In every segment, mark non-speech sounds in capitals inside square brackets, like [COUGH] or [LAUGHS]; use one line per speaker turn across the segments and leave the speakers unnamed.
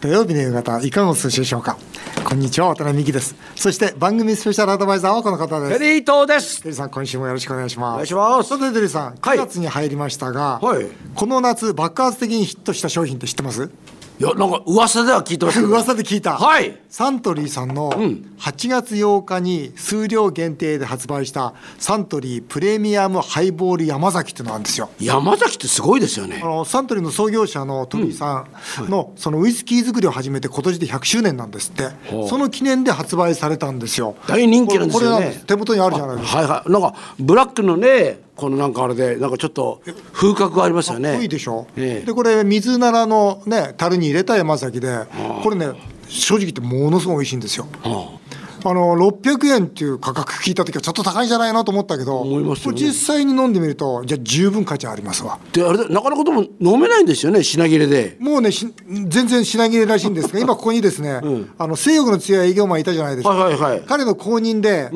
土曜日の夕方いかがお過ごしでしょうかこんにちは渡辺美希ですそして番組スペシャルアドバイザーはこの方です
テリー東です
テリーさん今週もよろしくお願いします
お願いします
さてテリーさん
は
9
い
月に入りましたが、
はい
この夏爆発的にヒットした商品って知ってます
いやなんか噂では聞いてますけど
噂で聞いた、
はい
サントリーさんの
ん
8月8日に数量限定で発売したサントリープレミアムハイボール山崎っていうのがあるんですよ
山崎ってすごいですよね
あのサントリーの創業者の鳥居さんの,、そのウイスキー作りを始めて今年で100周年なんですって
ほう
その記念で発売されたんですよ
大人気なんですよね
これこれなんです手元にあるじゃないですか
はいはいなんかブラックのねこのなんかあれでなんかちょっと風格がありますよね
かっこいいでしょ、
ええ
でこれ水ならのね樽に入れた山崎でこれね正直言ってものすごい美味しいんですよ
は
あの600円っていう価格聞いた時はちょっと高いんじゃないなと思ったけど
思いますよね
これ実際に飲んでみるとじゃあ十分価値ありますわ
あであれでなかなかでも飲めないんですよね品切れで
もうねし全然品切れらしいんです
[LAUGHS]
が今ここにですね、あの性欲の強い営業マンいたじゃないですか、
はいはいはい
彼の後任で、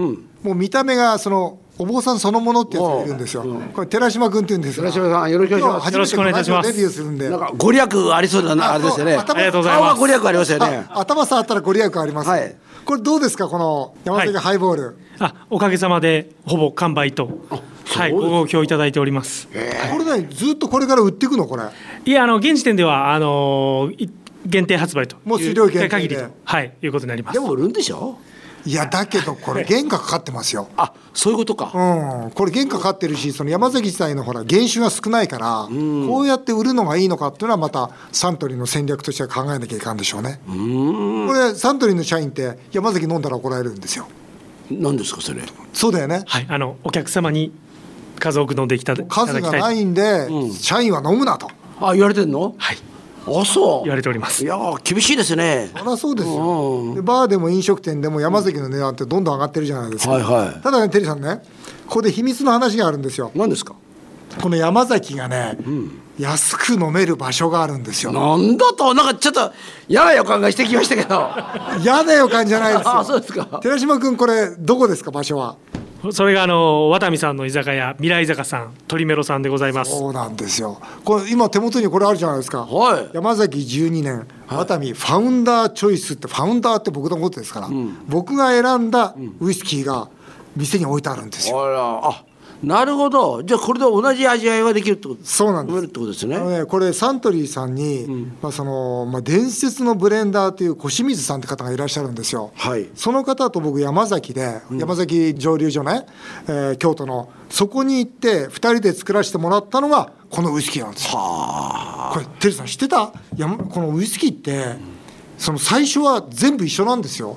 もう見た目がそのお坊さんそのものってやつがいるんですよ、これ寺島君っていうんですが
寺島さんよろしくお願いしま
今日初めて
す
よろしくお願いいたします
ラジオデビューするんで
なんかご利益ありそうだなあれですよね
あそう
ありがとうござい
顔
ま
は
す
ご利益ありますよね
あ頭触ったらご利益あります、
はい
これどうですかこの山崎
はい
ハイボール、
あおかげさまでほぼ完売と、はい、ご好評いただいております
これねずっとこれから売っていくのこれ
いやあの現時点ではあのい限定発売という
もう数量限定で
限りと、はい、いうことになります
でも売るんでしょ
いやだけどこれ原価かかってますよ
あそういうことか
うん、これ原価かかってるしその山崎自体のほら減収が少ないから、こうやって売るのがいいのかっていうのはまたサントリーの戦略としては考えなきゃいかんでしょうねこれサントリーの社員って山崎飲んだら怒られるんですよ
何ですかそれ
そうだよね
はい、あのお客様に数多く飲んでいただいた
数
だき
が
たい
ないんで、社員は飲むなと
あ言われてんの
はい、
あそう
言われております
いやー厳しいですね
そりゃそうですよでバーでも飲食店でも山崎の値段ってどんどん上がってるじゃないですか、
はいはい
ただねテリーさんねここで秘密の話があるんですよ
何ですか
この山崎がね、安く飲める場所があるんですよ
なんだとなんかちょっと嫌な予感がしてきました
[LAUGHS]
けど
嫌な予感じゃないですよ
あ [LAUGHS] そうですか
寺島君これどこですか場所は
それがあの渡美さんの居酒屋未来坂さん鳥メロさんでございます
そうなんですよこれ今手元にこれあるじゃないですか、
はい
山崎12年熱海ファウンダーチョイスってファウンダーって僕のことですから、僕が選んだウイスキーが店に置いてあるんですよ、
あらあなるほどじゃあこれで同じ味わいができるってこと
そうなんで
飲
す
めるってことですね
あのね、これサントリーさんに、まあそのまあ、伝説のブレンダーという小清水さんって方がいらっしゃるんですよ、
はい
その方と僕山崎で、山崎蒸留所ね、えー京都のそこに行って2人で作らせてもらったのがこのウイスキーなんですよこれテリーさん知ってた山このウイスキーってその最初は全部一緒なんですよ、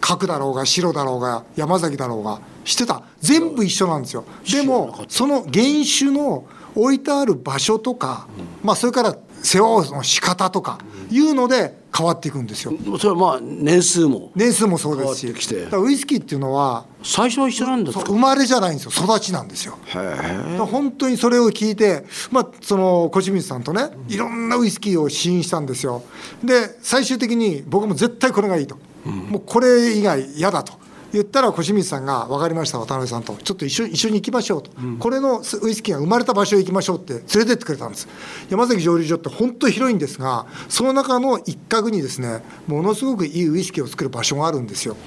角だろうが白だろうが山崎だろうが知ってた全部一緒なんですよでもその原酒の置いてある場所とか、まあ、それから世話の仕方とかいうので変わっていくんですよ
それはまあ年数も
年数もそうですし
変わってきて
だからウイスキーっていうのは
最初は一緒なんです
そう
か
生まれじゃないんですよ育ちなんですよだから本当にそれを聞いて、まあ、その小清水さんとねいろんなウイスキーを試飲したんですよで最終的に僕も絶対これがいいと、もうこれ以外嫌だと言ったら小清水さんが「分かりました渡辺さんとちょっと一緒一緒に行きましょうと」これのウイスキーが生まれた場所へ行きましょうって連れてってくれたんです山崎蒸留所って本当に広いんですがその中の一角にですねものすごくいいウイスキーを作る場所があるんですよ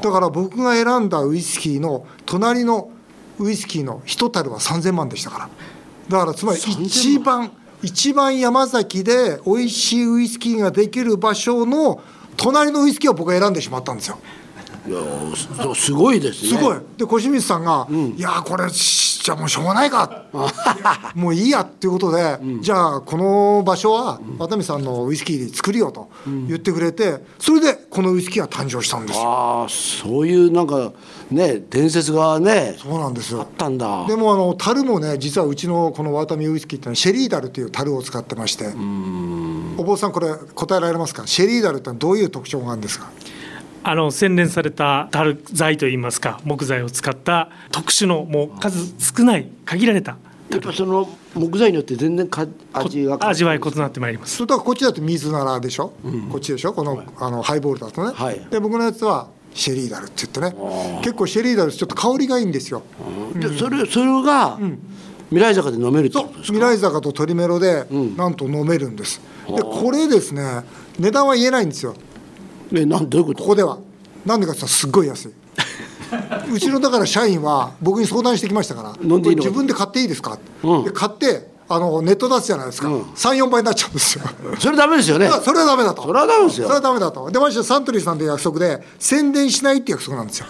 だから僕が選んだウイスキーの隣のウイスキーの一樽は3000万でしたからだからつまり一番一番山崎で美味しいウイスキーができる場所の隣のウイスキーを僕は選んでしまったんですよ
いやーすそうすごいですね
すごいで小清水さんが「いやーこれしじゃあもうしょうがない [LAUGHS] か」もういいや」っていうことで、じゃあこの場所は渡美さんのウイスキーで作りようと言ってくれてそれでこのウイスキーが誕生したんですよ
ああそういうなんかね伝説がね
そうなんです
あ
よ
ったんだ
でもあの樽もね実はうちのこのワタミウイスキーってのはシェリーダルという樽を使ってましてお坊さんこれ答えられますかシェリーダルってのはどういう特徴があるんですか
あの洗練された樽材といいますか木材を使った特殊のもう数少ない限られた
やっぱその木材によって全然か味が
味わい異なってまいります
それとはこっちだと水ならでしょ、こっちでしょこの,、あのハイボールだとね、
はい
で僕のやつはシェリーダルって言ってね結構シェリーダルってちょっと香りがいいんですよ
でそれそれが未来坂で飲めるってこ
そう
とです
未
か
来坂と鶏メロで、
ん
なんと飲めるんですでこれですね値段は言えないんですよ
えなんどういうこ
ことこではなんでかって言ったらすっごい安
[LAUGHS]
いうちのだから社員は僕に相談してきましたから「
飲ん
これ
でいいの
自分で買っていいですか
うん
で買ってあのネット出すじゃないですか、
うん
34倍になっちゃうんですよ
それダメですよね
だ [LAUGHS] からそれはダメだと
それはダメですよ
それはダメだとでましてサントリーさんという約束で宣伝しないっていう約束なんですよ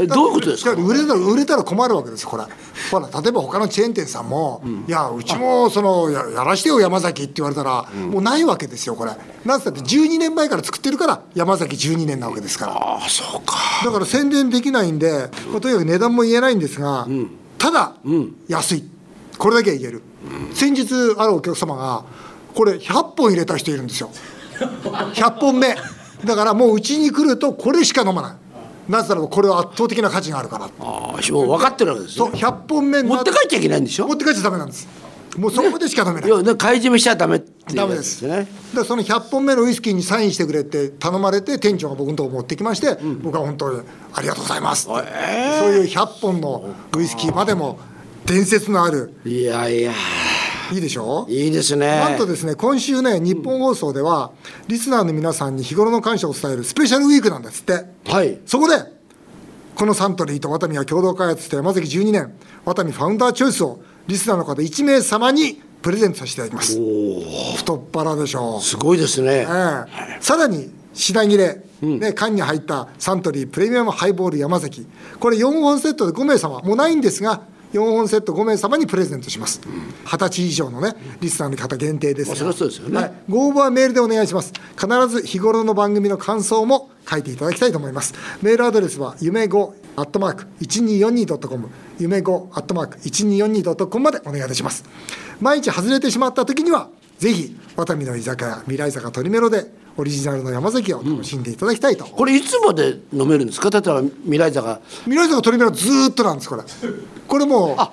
えどういうことですか
だって売れたら売れたら困るわけですよこれほら例えば他のチェーン店さんも、いやうちもそのややらしてよ山崎って言われたら、もうないわけですよこれなんつったって12年前から作ってるから山崎12年なわけですから
ああそうか
だから宣伝できないんで、まあとにかく値段も言えないんですが、ただ、安いこれだけは言える、先日あるお客様がこれ100本入れた人いるん
[LAUGHS]
ですよ100本目だからもううちに来るとこれしか飲まないなぜならばこれは圧倒的な価値があるから
ああもう分かってるわけです
そう
ね
100本目に
持
な
って帰っちゃいけないんでしょ
持って帰っちゃダメなんですもうそこでしか飲めない、
要はね買い占めしちゃダメっていう
ダメ
やつ
です
ね
でその100本目のウイスキーにサインしてくれって頼まれて店長が僕のとこ持ってきまして、僕は本当にありがとうございますって、そういう100本のウイスキーまでも伝説のある
いやいや
いいでしょ
いいですね
なんとですね今週ね日本放送では、リスナーの皆さんに日頃の感謝を伝えるスペシャルウィークなんですって
はい
そこでこのサントリーとワタミが共同開発した山崎12年ワタミファウンダーチョイスをリスナーの方1名様にプレゼントさせていただきます太っ腹でしょう
すごいです
ええ
ね
さらに品切れ、ね、缶に入ったサントリープレミアムハイボール山崎これ4本セットで5名様もうないんですが4本セット5名様にプレゼントします二十歳以上のねリスナーの方限定ですが
まあそりゃそうですよね
はい、ご応募はメールでお願いします必ず日頃の番組の感想も書いていただきたいと思いますメールアドレスは夢5アットマーク 1242.com 夢5アットマーク 1242.com までお願いいたします毎日外れてしまった時にはぜひワタミの居酒屋未来坂トリメロでオリジナルの山崎を楽しんでいただきたいと、
これいつまで飲めるんですか例えば未来坂
未来坂トリメロずーっとなんですこれこれもう
あ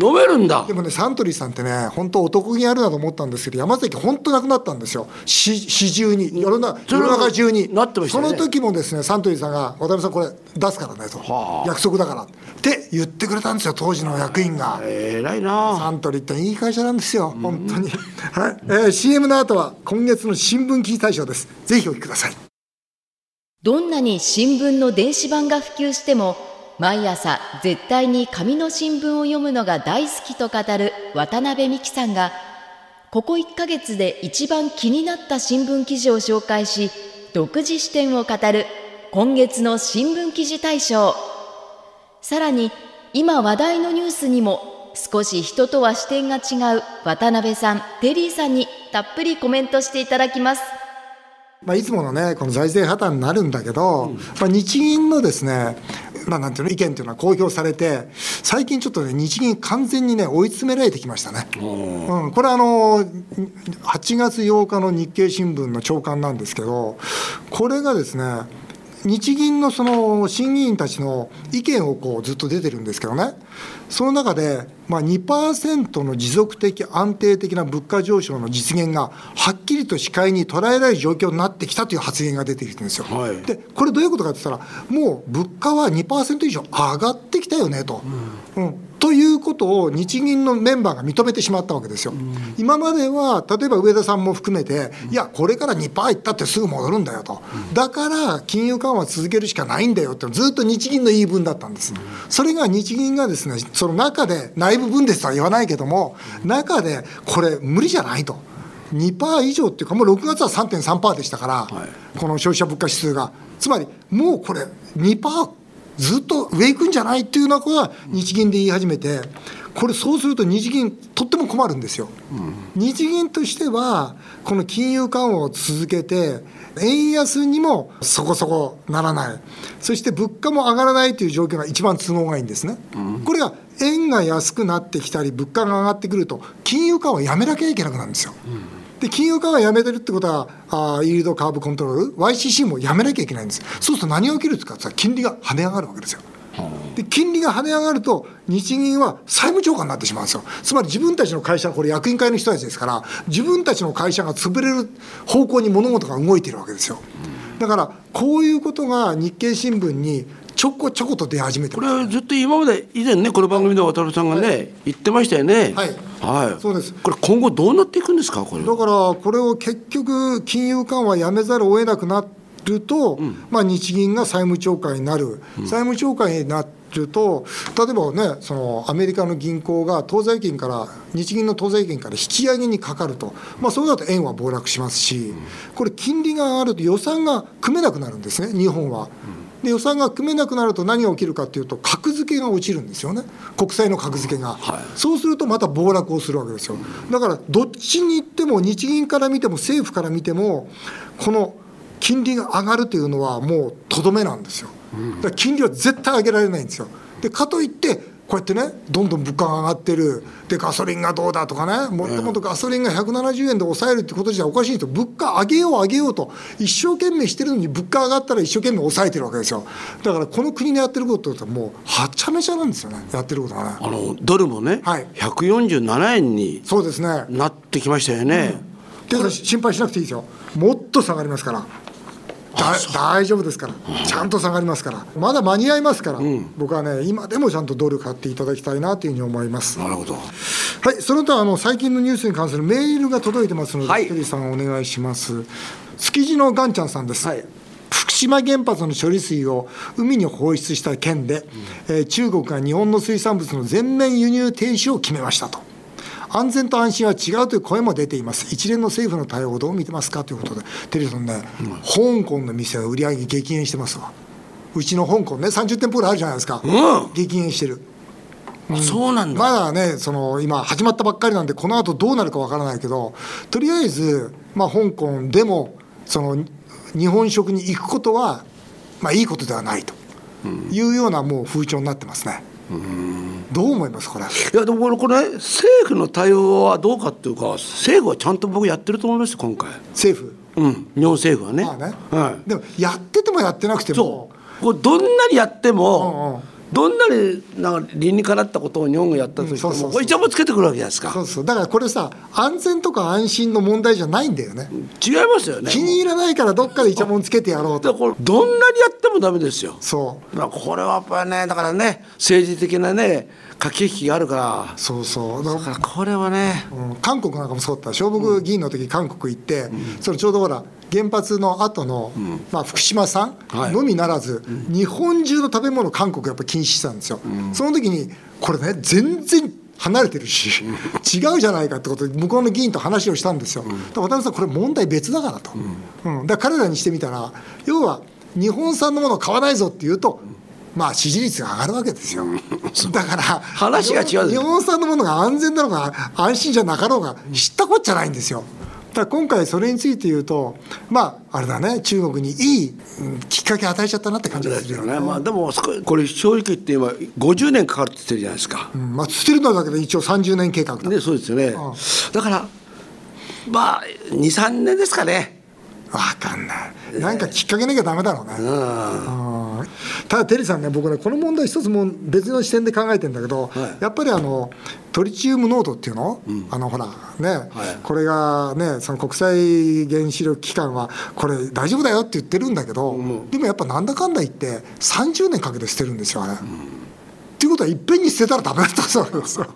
飲めるんだ
でもねサントリーさんってね本当男気あるなと思ったんですけど山崎本当なくなったんですよし市中に世の中
そ
世
れは
の中中に
なってましたよね
その時もですねサントリーさんが「渡辺さんこれ出すからね」と「約束だから」って言ってくれたんですよ当時の役員が。
えらいな
サントリーっていい会社なんですよ本当に、はいえー CM の後は今月の新聞記事大賞ですぜひお聞きください
どんなに新聞の電子版が普及しても毎朝絶対に紙の新聞を読むのが大好きと語る渡辺美樹さんがここ1ヶ月で一番気になった新聞記事を紹介し独自視点を語る今月の新聞記事大賞さらに今話題のニュースにも少し人とは視点が違う渡辺さんテリーさんにたっぷりコメントしていただきます
まあ、いつものね、この財政破綻になるんだけど、まあ、日銀のですね、まあ、なんていうの、意見というのは公表されて、最近ちょっとね、日銀、完全にね、追い詰められてきましたね。うん、これ、あの、8月8日の日経新聞の朝刊なんですけど、これがですね、日銀のその審議員たちの意見をこうずっと出てるんですけどね、その中で、まあ、2%の持続的、安定的な物価上昇の実現が、はっきりと視界に捉えられる状況になってきたという発言が出てきてるんですよ。
はい
で、これどういうことかって言ったら、もう物価は2%以上上がってきたよねと。うんということを日銀のメンバーが認めてしまったわけですよ、今までは例えば上田さんも含めて、いや、これから2%いったってすぐ戻るんだよと、だから金融緩和続けるしかないんだよって、ずっと日銀の言い分だったんです、それが日銀がですねその中で、内部分ですとは言わないけども、中でこれ、無理じゃないと。2%以上っていうか、もう6月は3.3%でしたから、この消費者物価指数が、つまりもうこれ、2%ずっと上行くんじゃないっていうようなことは日銀で言い始めて、これ、そうすると日銀、とっても困るんですよ。日銀としては、この金融緩和を続けて、円安にもそこそこならない、そして物価も上がらないという状況が一番都合がいいんですね。これが円が安くなってきたり、物価が上がってくると、金融緩和やめなきゃいけなくなるんですよ。で金融緩和やめてるってことは、あーイールドカーブコントロール、YCC もやめなきゃいけないんです、そうすると何が起きるかって言ったら、金利が跳ね上がるわけですよ。で金利が跳ね上がると、日銀は債務超過になってしまうんですよ、つまり自分たちの会社、これ、役員会の人たちですから、自分たちの会社が潰れる方向に物事が動いているわけですよ。だから、こういうことが日経新聞にちょこちょこと出始めて
こ
ます
れずっと今まで以前ねこの番組で渡辺さんがね言ってましたよね
はい
はい
そうです
これ今後どうなっていくんですかこれ
だからこれを結局、金融緩和やめざるを得なくなると、まあ、日銀が債務超過になる、債務超過になると、例えばね、そのアメリカの銀行が当座預金から、日銀の当座預金から引き上げにかかると、まあ、そうだと円は暴落しますし、これ、金利が上がると予算が組めなくなるんですね、日本は。で予算が組めなくなると何が起きるかというと、格付けが落ちるんですよね、国債の格付けが、そうするとまた暴落をするわけですよ、だからどっちに行っても、日銀から見ても政府から見ても、この金利が上がるというのは、もうとどめなんですよ、だから金利は絶対上げられないんですよ。でかといってこうやってね、どんどん物価が上がってる、でガソリンがどうだとかね、もっともっとガソリンが170円で抑えるってことじゃおかしいんですよ、物価上げよう、上げようと、一生懸命してるのに、物価上がったら一生懸命抑えてるわけですよ、だからこの国のやってることって、もうはちゃめちゃなんですよね、やってることはね。
あのドルもね、
はい
147円に
そうですね
なってきましたよね、
けど心配しなくていいですよ、もっと下がりますから、だ大丈夫ですから、ちゃんと下がりますから、まだ間に合いますから、僕はね、今でもちゃんとドル買っていただきたいなというふうに思います。
なるほど
はい、その他あの最近のニュースに関するメールが届いてますので、
はい
ひとりさんお願いします。築地のガンちゃんさんです。
はい
福島原発の処理水を海に放出した件で、えー中国が日本の水産物の全面輸入停止を決めましたと。安全と安心は違うという声も出ています、一連の政府の対応をどう見てますかということで、テリーさんね、香港の店は売り上げ激減してますわ、うちの香港ね、30店舗ぐらいあるじゃないですか、
う
激減してる。
そうなんだ、
まだね、その今、始まったばっかりなんで、この後どうなるかわからないけど、とりあえず、まあ、香港でもその日本食に行くことは、まあ、いいことではないというようなもう風潮になってますね。どう思います、これ。
いやでもこれこれ政府の対応はどうかっていうか政府はちゃんと僕やってると思いますよ今回
政府、
うん日本政府はね,、
まあね
はい、
でもやっててもやってなくても
そ、うこれどんなにやって
うんう
も
ん、
どんなになんか理にかなったことを日本がやったとしても、
うんそうそうそう
これイチャもつけてくるわけじゃないですか
そうそうだからこれさ、安全とか安心の問題じゃないんだよね、
違いますよね
気に入らないからどっかでイチャモンつけてやろう
だ
と、
からこれどんなにやってもダメですよ
そう、
だからこれはやっぱりねだからね政治的なね駆け引きがあるから
そうそう、だから
だからこれはね
うん韓国なんかもそうだった小僕議員の時韓国行って、それちょうどほら原発の後の、まあ福島産
はい
のみならず、日本中の食べ物韓国やっぱ禁止したんですよ、その時にこれね全然離れてるし、違うじゃないかってことで向こうの議員と話をしたんですよ、で渡辺さんこれ問題別だからと、うんだから彼らにしてみたら要は日本産のものを買わないぞっていうとまあ支持率が上がるわけですよだから
話が違うですね
日本日本産のものが安全なのか安心じゃなかろうが知ったこっちゃないんですよ。だから今回それについて言うとまああれだね中国にいい、うんきっかけ与えちゃったなって感じがするよね。
まあ、でもそここれ正直言って今50年かかるって言ってるじゃないですか
う、んまあ、捨てるのだけで一応30年計画だ、
ね、そうですよね、
ん
だからまあ23年ですかね
分かんないなんかきっかけなきゃダメだろうね、うんただテリーさんね僕ねこの問題一つもう別の視点で考えてんだけど、
はい
やっぱりあのトリチウム濃度っていうの、あのほらね、これがねその国際原子力機関はこれ大丈夫だよって言ってるんだけど、でもやっぱなんだかんだ言って30年かけて捨てるんですよあれ。っていうことはいっぺんに捨てたらダメだったそうなんですよ。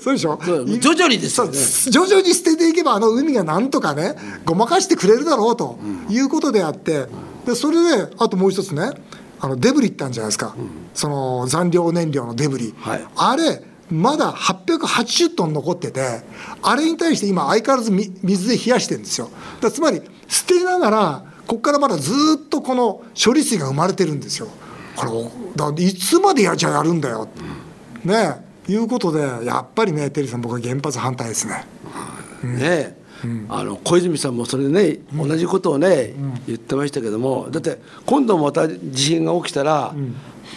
そうでしょ
そう徐々にですよね
そう徐々に捨てていけばあの海がなんとかねごまかしてくれるだろうということであってでそれであともう一つねあのデブリってあるんじゃないですか、その残量燃料のデブリ、
はい
あれまだ880トン残っててあれに対して今相変わらずみ水で冷やしてるんですよだつまり捨てながらここからまだずーっとこの処理水が生まれてるんですよこれおだいつまでやじゃあやるんだよ、ねえいうことでやっぱりねテリーさん僕は原発反対ですね
ね、あの小泉さんもそれでね同じことをね、言ってましたけどもだって今度また地震が起きたら、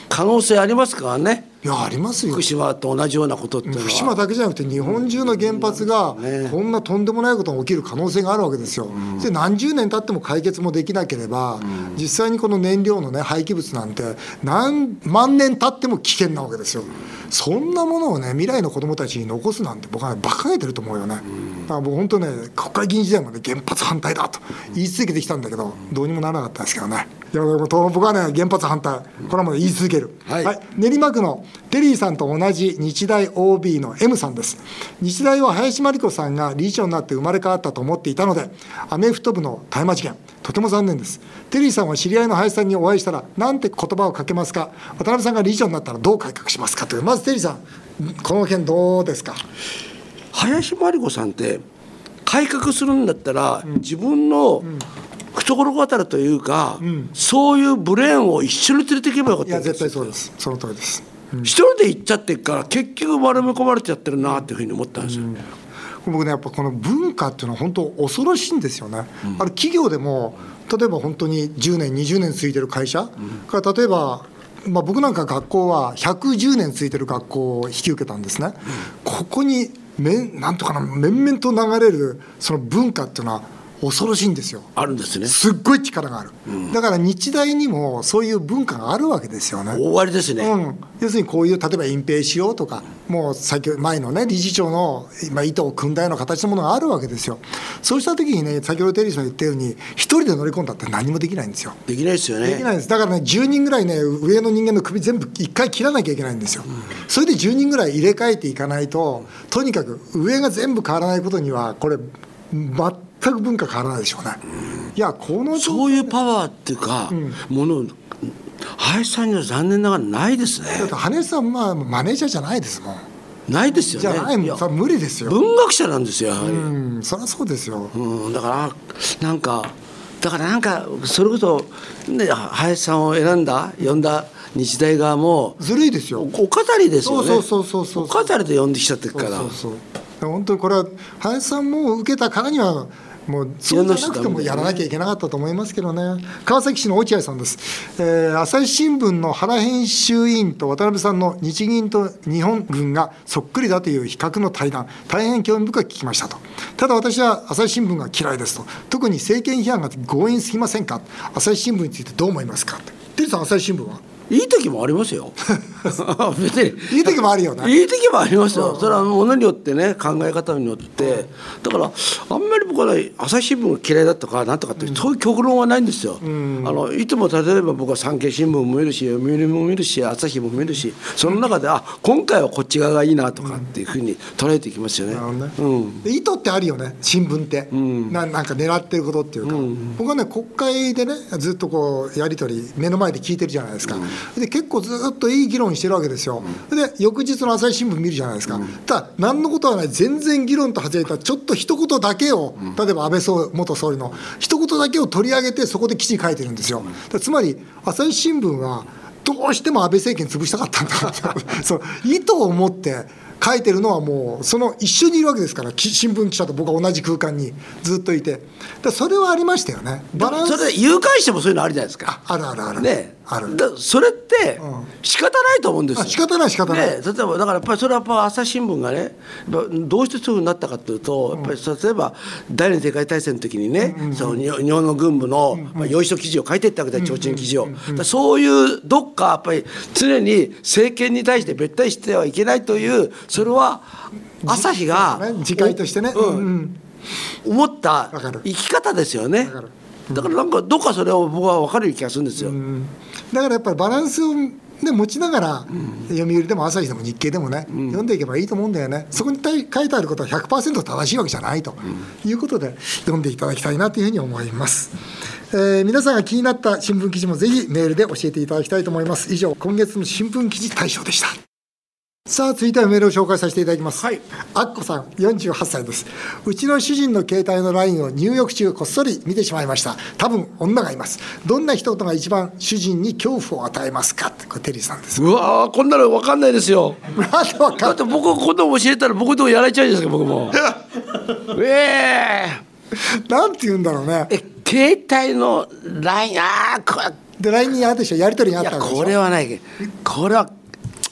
可能性ありますからね
いやありますよ
福島と同じようなことっていうのは
福島だけじゃなくて日本中の原発が
ね
こんなとんでもないことが起きる可能性があるわけですよ。で何十年経っても解決もできなければ実際にこの燃料のね廃棄物なんて何万年経っても危険なわけですよ。そんなものをね未来の子どもたちに残すなんて僕はね馬鹿げてると思うよね。だから僕本当ね国会議員時代まで原発反対だと言い続けてきたんだけどどうにもならなかったですけどね。いやでも僕はね原発反対これはもう言い続ける。
はい
練馬区のテリーさんと同じ日大 OB の M さんです日大は林真理子さんが理事長になって生まれ変わったと思っていたのでアメフト部の大麻事件とても残念ですテリーさんは知り合いの林さんにお会いしたらなんて言葉をかけますか渡辺さんが理事長になったらどう改革しますかというまずテリーさんこの件どうですか
林真理子さんって改革するんだったら、自分の懐刀というか、そういうブレーンを一緒に連れていけばよかっ
い
た
や
んで
絶
す
対そうですその通りです
一人で行っちゃってっから結局丸め込まれちゃってるなっていうふうに思ったんですよ、
僕ねやっぱこの文化っていうのは本当恐ろしいんですよね、あれ企業でも例えば本当に10年20年続いてる会社、から例えばまあ、僕なんか学校は110年続いてる学校を引き受けたんですね、ここにめんなんとかな面々と流れるその文化っていうのは恐ろしいんですよ
あるんですね
すっごい力がある、だから日大にもそういう文化があるわけですよね
終わりですね、
うん、要するにこういう例えば隠蔽しようとか、もう先前のね、理事長の今、意図を組んだような形のものがあるわけですよ、そうした時にね、先ほどテリーさんが言ったように、一人で乗り込んだって何もできないんですよ。
できないですよね
できないんですだからね、10人ぐらいね、上の人間の首全部一回切らなきゃいけないんですよ、それで10人ぐらい入れ替えていかないと、とにかく上が全部変わらないことには、これ、全く文化変わらないでしょうね。いや、この状
そういうパワーっていうか、もの林さんには残念ながらないですね
態だって、羽根さん、まあ、マネージャーじゃないですもん。
ないですよね
じゃない
いや
もん、それは無理ですよ。
文学者なんですよやはり、
うん、そりゃそうですよ。
うん、だからなんかだからなんかそれこそ、ね、林さんを選んだ呼んだ日大側も
ずるいです
お
よ。
お飾りですよね
そうそうそうそうそう
お飾りで呼んできちゃってるから
そうそうそう。だから本当にこれは林さんも受けたからには。もうそうじゃなくてもやらなきゃいけなかったと思いますけどね、川崎市の落合さんです、えー朝日新聞の原編集委員と渡辺さんの日銀と日本軍がそっくりだという比較の対談、大変興味深く聞きましたと、ただ私は朝日新聞が嫌いですと、特に政権批判が強引すぎませんか、朝日新聞についてどう思いますかって、テリーさん、朝日新聞はい
い時もありま
[LAUGHS]
すよ別に
いい時もあるよね。
いい時もありますよ、それはものによってね考え方によってだからあんまり僕はね朝日新聞が嫌いだとかなんとかって、そういう極論はないんですよ、あのいつも例えば僕は産経新聞も見るし読売も見るし朝日も見るしその中で、あ今回はこっち側がいいなとかっていうふうに捉えていきますよね。
なるほどね
うん
で意図ってあるよね新聞って、ななんか狙ってることっていうか、僕はね国会でねずっとこうやり取り目の前で聞いてるじゃないですか、で結構ずっといい議論してるわけですよ、で翌日の朝日新聞見るじゃないですか、ただ何のことはない全然議論と外れたちょっと一言だけを、例えば安倍総元総理の一言だけを取り上げてそこで記事書いてるんですよ、だからつまり朝日新聞はどうしても安倍政権潰したかったんだな [LAUGHS] ってそう意図を持って書いてるのはもうその一緒にいるわけですからき新聞記者と僕は同じ空間にずっといてだからそれはありましたよねバランス
それで誘拐してもそういうのあるじゃないですか。
あるあるある
ね
ある
だそれって
ん
仕方ないと思うんですよ。
あ仕方ない仕方ない
ね例えばだからやっぱりそれはやっぱ朝日新聞がね、やっぱどうしてそういうふうになったかというと、やっぱり例えば第二次世界大戦の時にね、その日本日本の軍部のまあ要所記事を書いていったわけで提灯記事を。だからそういうどっかやっぱり常に政権に対して別対してはいけないというそれは朝日が
ね次回としてね、
うん
うんうん
思った
わかる
生き方ですよね
かる
だからなんかどっかそれを僕は分かる気がするんですよ、
だからやっぱりバランスを、ね、持ちながら、読売でも朝日でも日経でもね、読んでいけばいいと思うんだよねそこに書いてあることは100%正しいわけじゃないということで、読んでいただきたいなというふうに思います、えー皆さんが気になった新聞記事もぜひメールで教えていただきたいと思います以上今月の新聞記事大賞でしたさあ続いてはメールを紹介させていただきます、
はい
あっこさん48歳ですうちの主人の携帯の LINE を入浴中こっそり見てしまいました多分女がいますどんな人とが一番主人に恐怖を与えますかってこれテリーさんです [LAUGHS]
うわーこんなの分かんないですよ
まだわ
だ
か
っ
ん
て僕こんなの教えたら僕のとこやられちゃうじゃないですか僕
[LAUGHS]
もえ
なんて言うんだろうね
ええ携帯の LINE ああこれ
で LINE にあるでしょやり取り
い
があった
や
わけでしょ
これはないけどこれは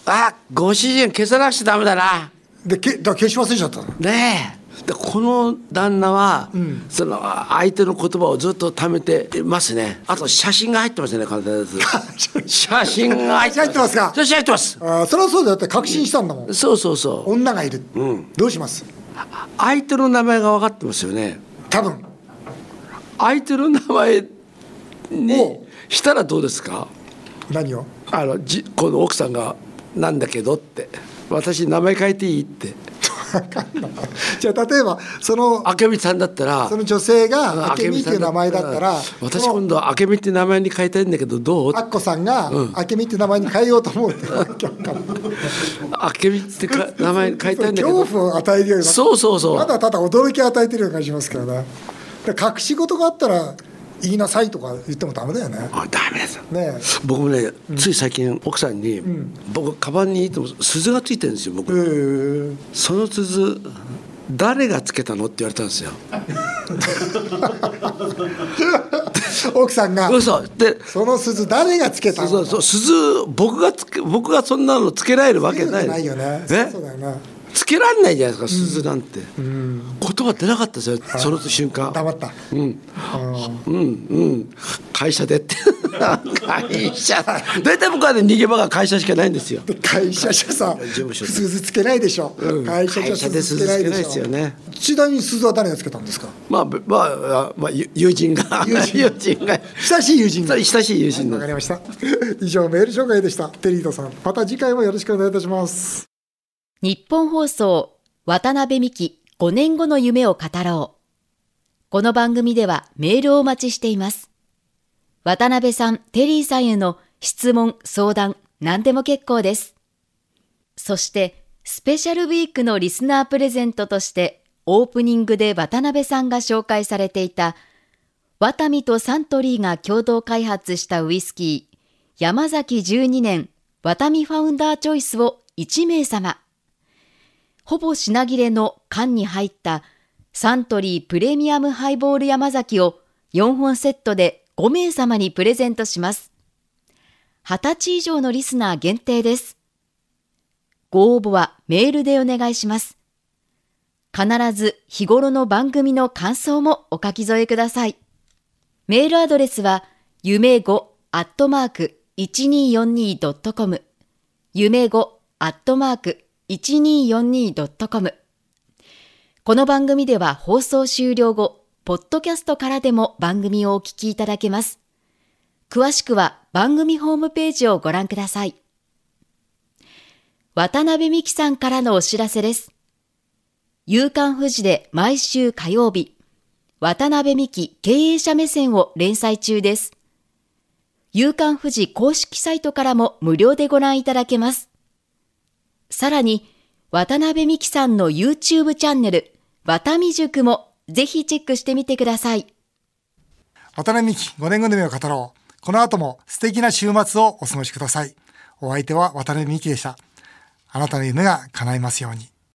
あご主人消さなくちゃダメだな
でけだから消し忘れちゃったの [LAUGHS]
ねえでこの旦那は、その相手の言葉をずっと貯めてますねあと写真が入ってますね簡
[LAUGHS]
単です写真が入って
入ってますか
写真入ってます
あーそれはそうだよだって確信したんだもん
そうそうそう
女がいる、どうします
相手の名前が分かってますよね
多分
相手の名前に
おう
したらどうですか
何を [LAUGHS]
あのじこの奥さんが「なんだけど」って「私名前変えていい?」って
じゃあ例えばその
明美さんだったら
その女性
あ
が
明
明美っていう名前だったら
うん私今度は明美って名前に変えたいんだけどどう
あっこさんが明美って名前に変えようと思うって [LAUGHS]
明美ってか名前変えたいんだけど
恐怖を与えるような
そうそうそう
ただただ驚きを与えてるような感じしますけどねで隠し事があったら言いなさいとか言ってもダメだよね
あダメです
ね
僕もねつい最近奥さんに僕カバンにいつも鈴がついてるんですよ
え
僕 [LAUGHS]
う
その鈴誰がつけたのって言われたんですよ
ー奥さんが
そうそうで
その鈴誰がつけたの
そうそう鈴僕がつけ僕がそんなのつけられるわけない
ないよね
え
そうだよね
つけられないじゃないですか鈴なんて、言葉出なかったですよその瞬間
黙った
うんうんうん会社でって
[LAUGHS]
会社大体僕はね逃げ場が会社しかないんですよ
で会社じゃさ
務所で
鈴つけないでしょ、
うん
会社じゃ
会社で
鈴つけないで
鈴つけ
し
ない
ょ
ですよね
ちなみに鈴は誰がつけたんですか
まあまあ、まあ、ゆ友人が [LAUGHS] 友人が
親しい友人が
親しい友人
わ
の
かりました [LAUGHS] 以上メール紹介でしたテリードさんまた次回もよろしくお願いいたします
日本放送渡辺美希5年後の夢を語ろう。この番組ではメールをお待ちしています。渡辺さん、テリーさんへの質問、相談、何でも結構です。そして、スペシャルウィークのリスナープレゼントとして、オープニングで渡辺さんが紹介されていた、ワタミとサントリーが共同開発したウイスキー、山崎12年ワタミファウンダーチョイスを1名様。ほぼ品切れの缶に入ったサントリープレミアムハイボール山崎を4本セットで5名様にプレゼントします。20歳以上のリスナー限定です。ご応募はメールでお願いします。必ず日頃の番組の感想もお書き添えください。メールアドレスは夢5アットマーク 1242.com 夢語アットマーク 1242.com この番組では放送終了後、ポッドキャストからでも番組をお聞きいただけます。詳しくは番組ホームページをご覧ください。渡辺美希さんからのお知らせです。夕刊富士で毎週火曜日、渡辺美希経営者目線を連載中です。夕刊富士公式サイトからも無料でご覧いただけます。さらに、渡辺美希さんの YouTube チャンネル、渡美塾もぜひチェックしてみてください。
渡辺美希5年組を語ろう。この後も素敵な週末をお過ごしください。お相手は渡辺美希でした。あなたの夢が叶いますように。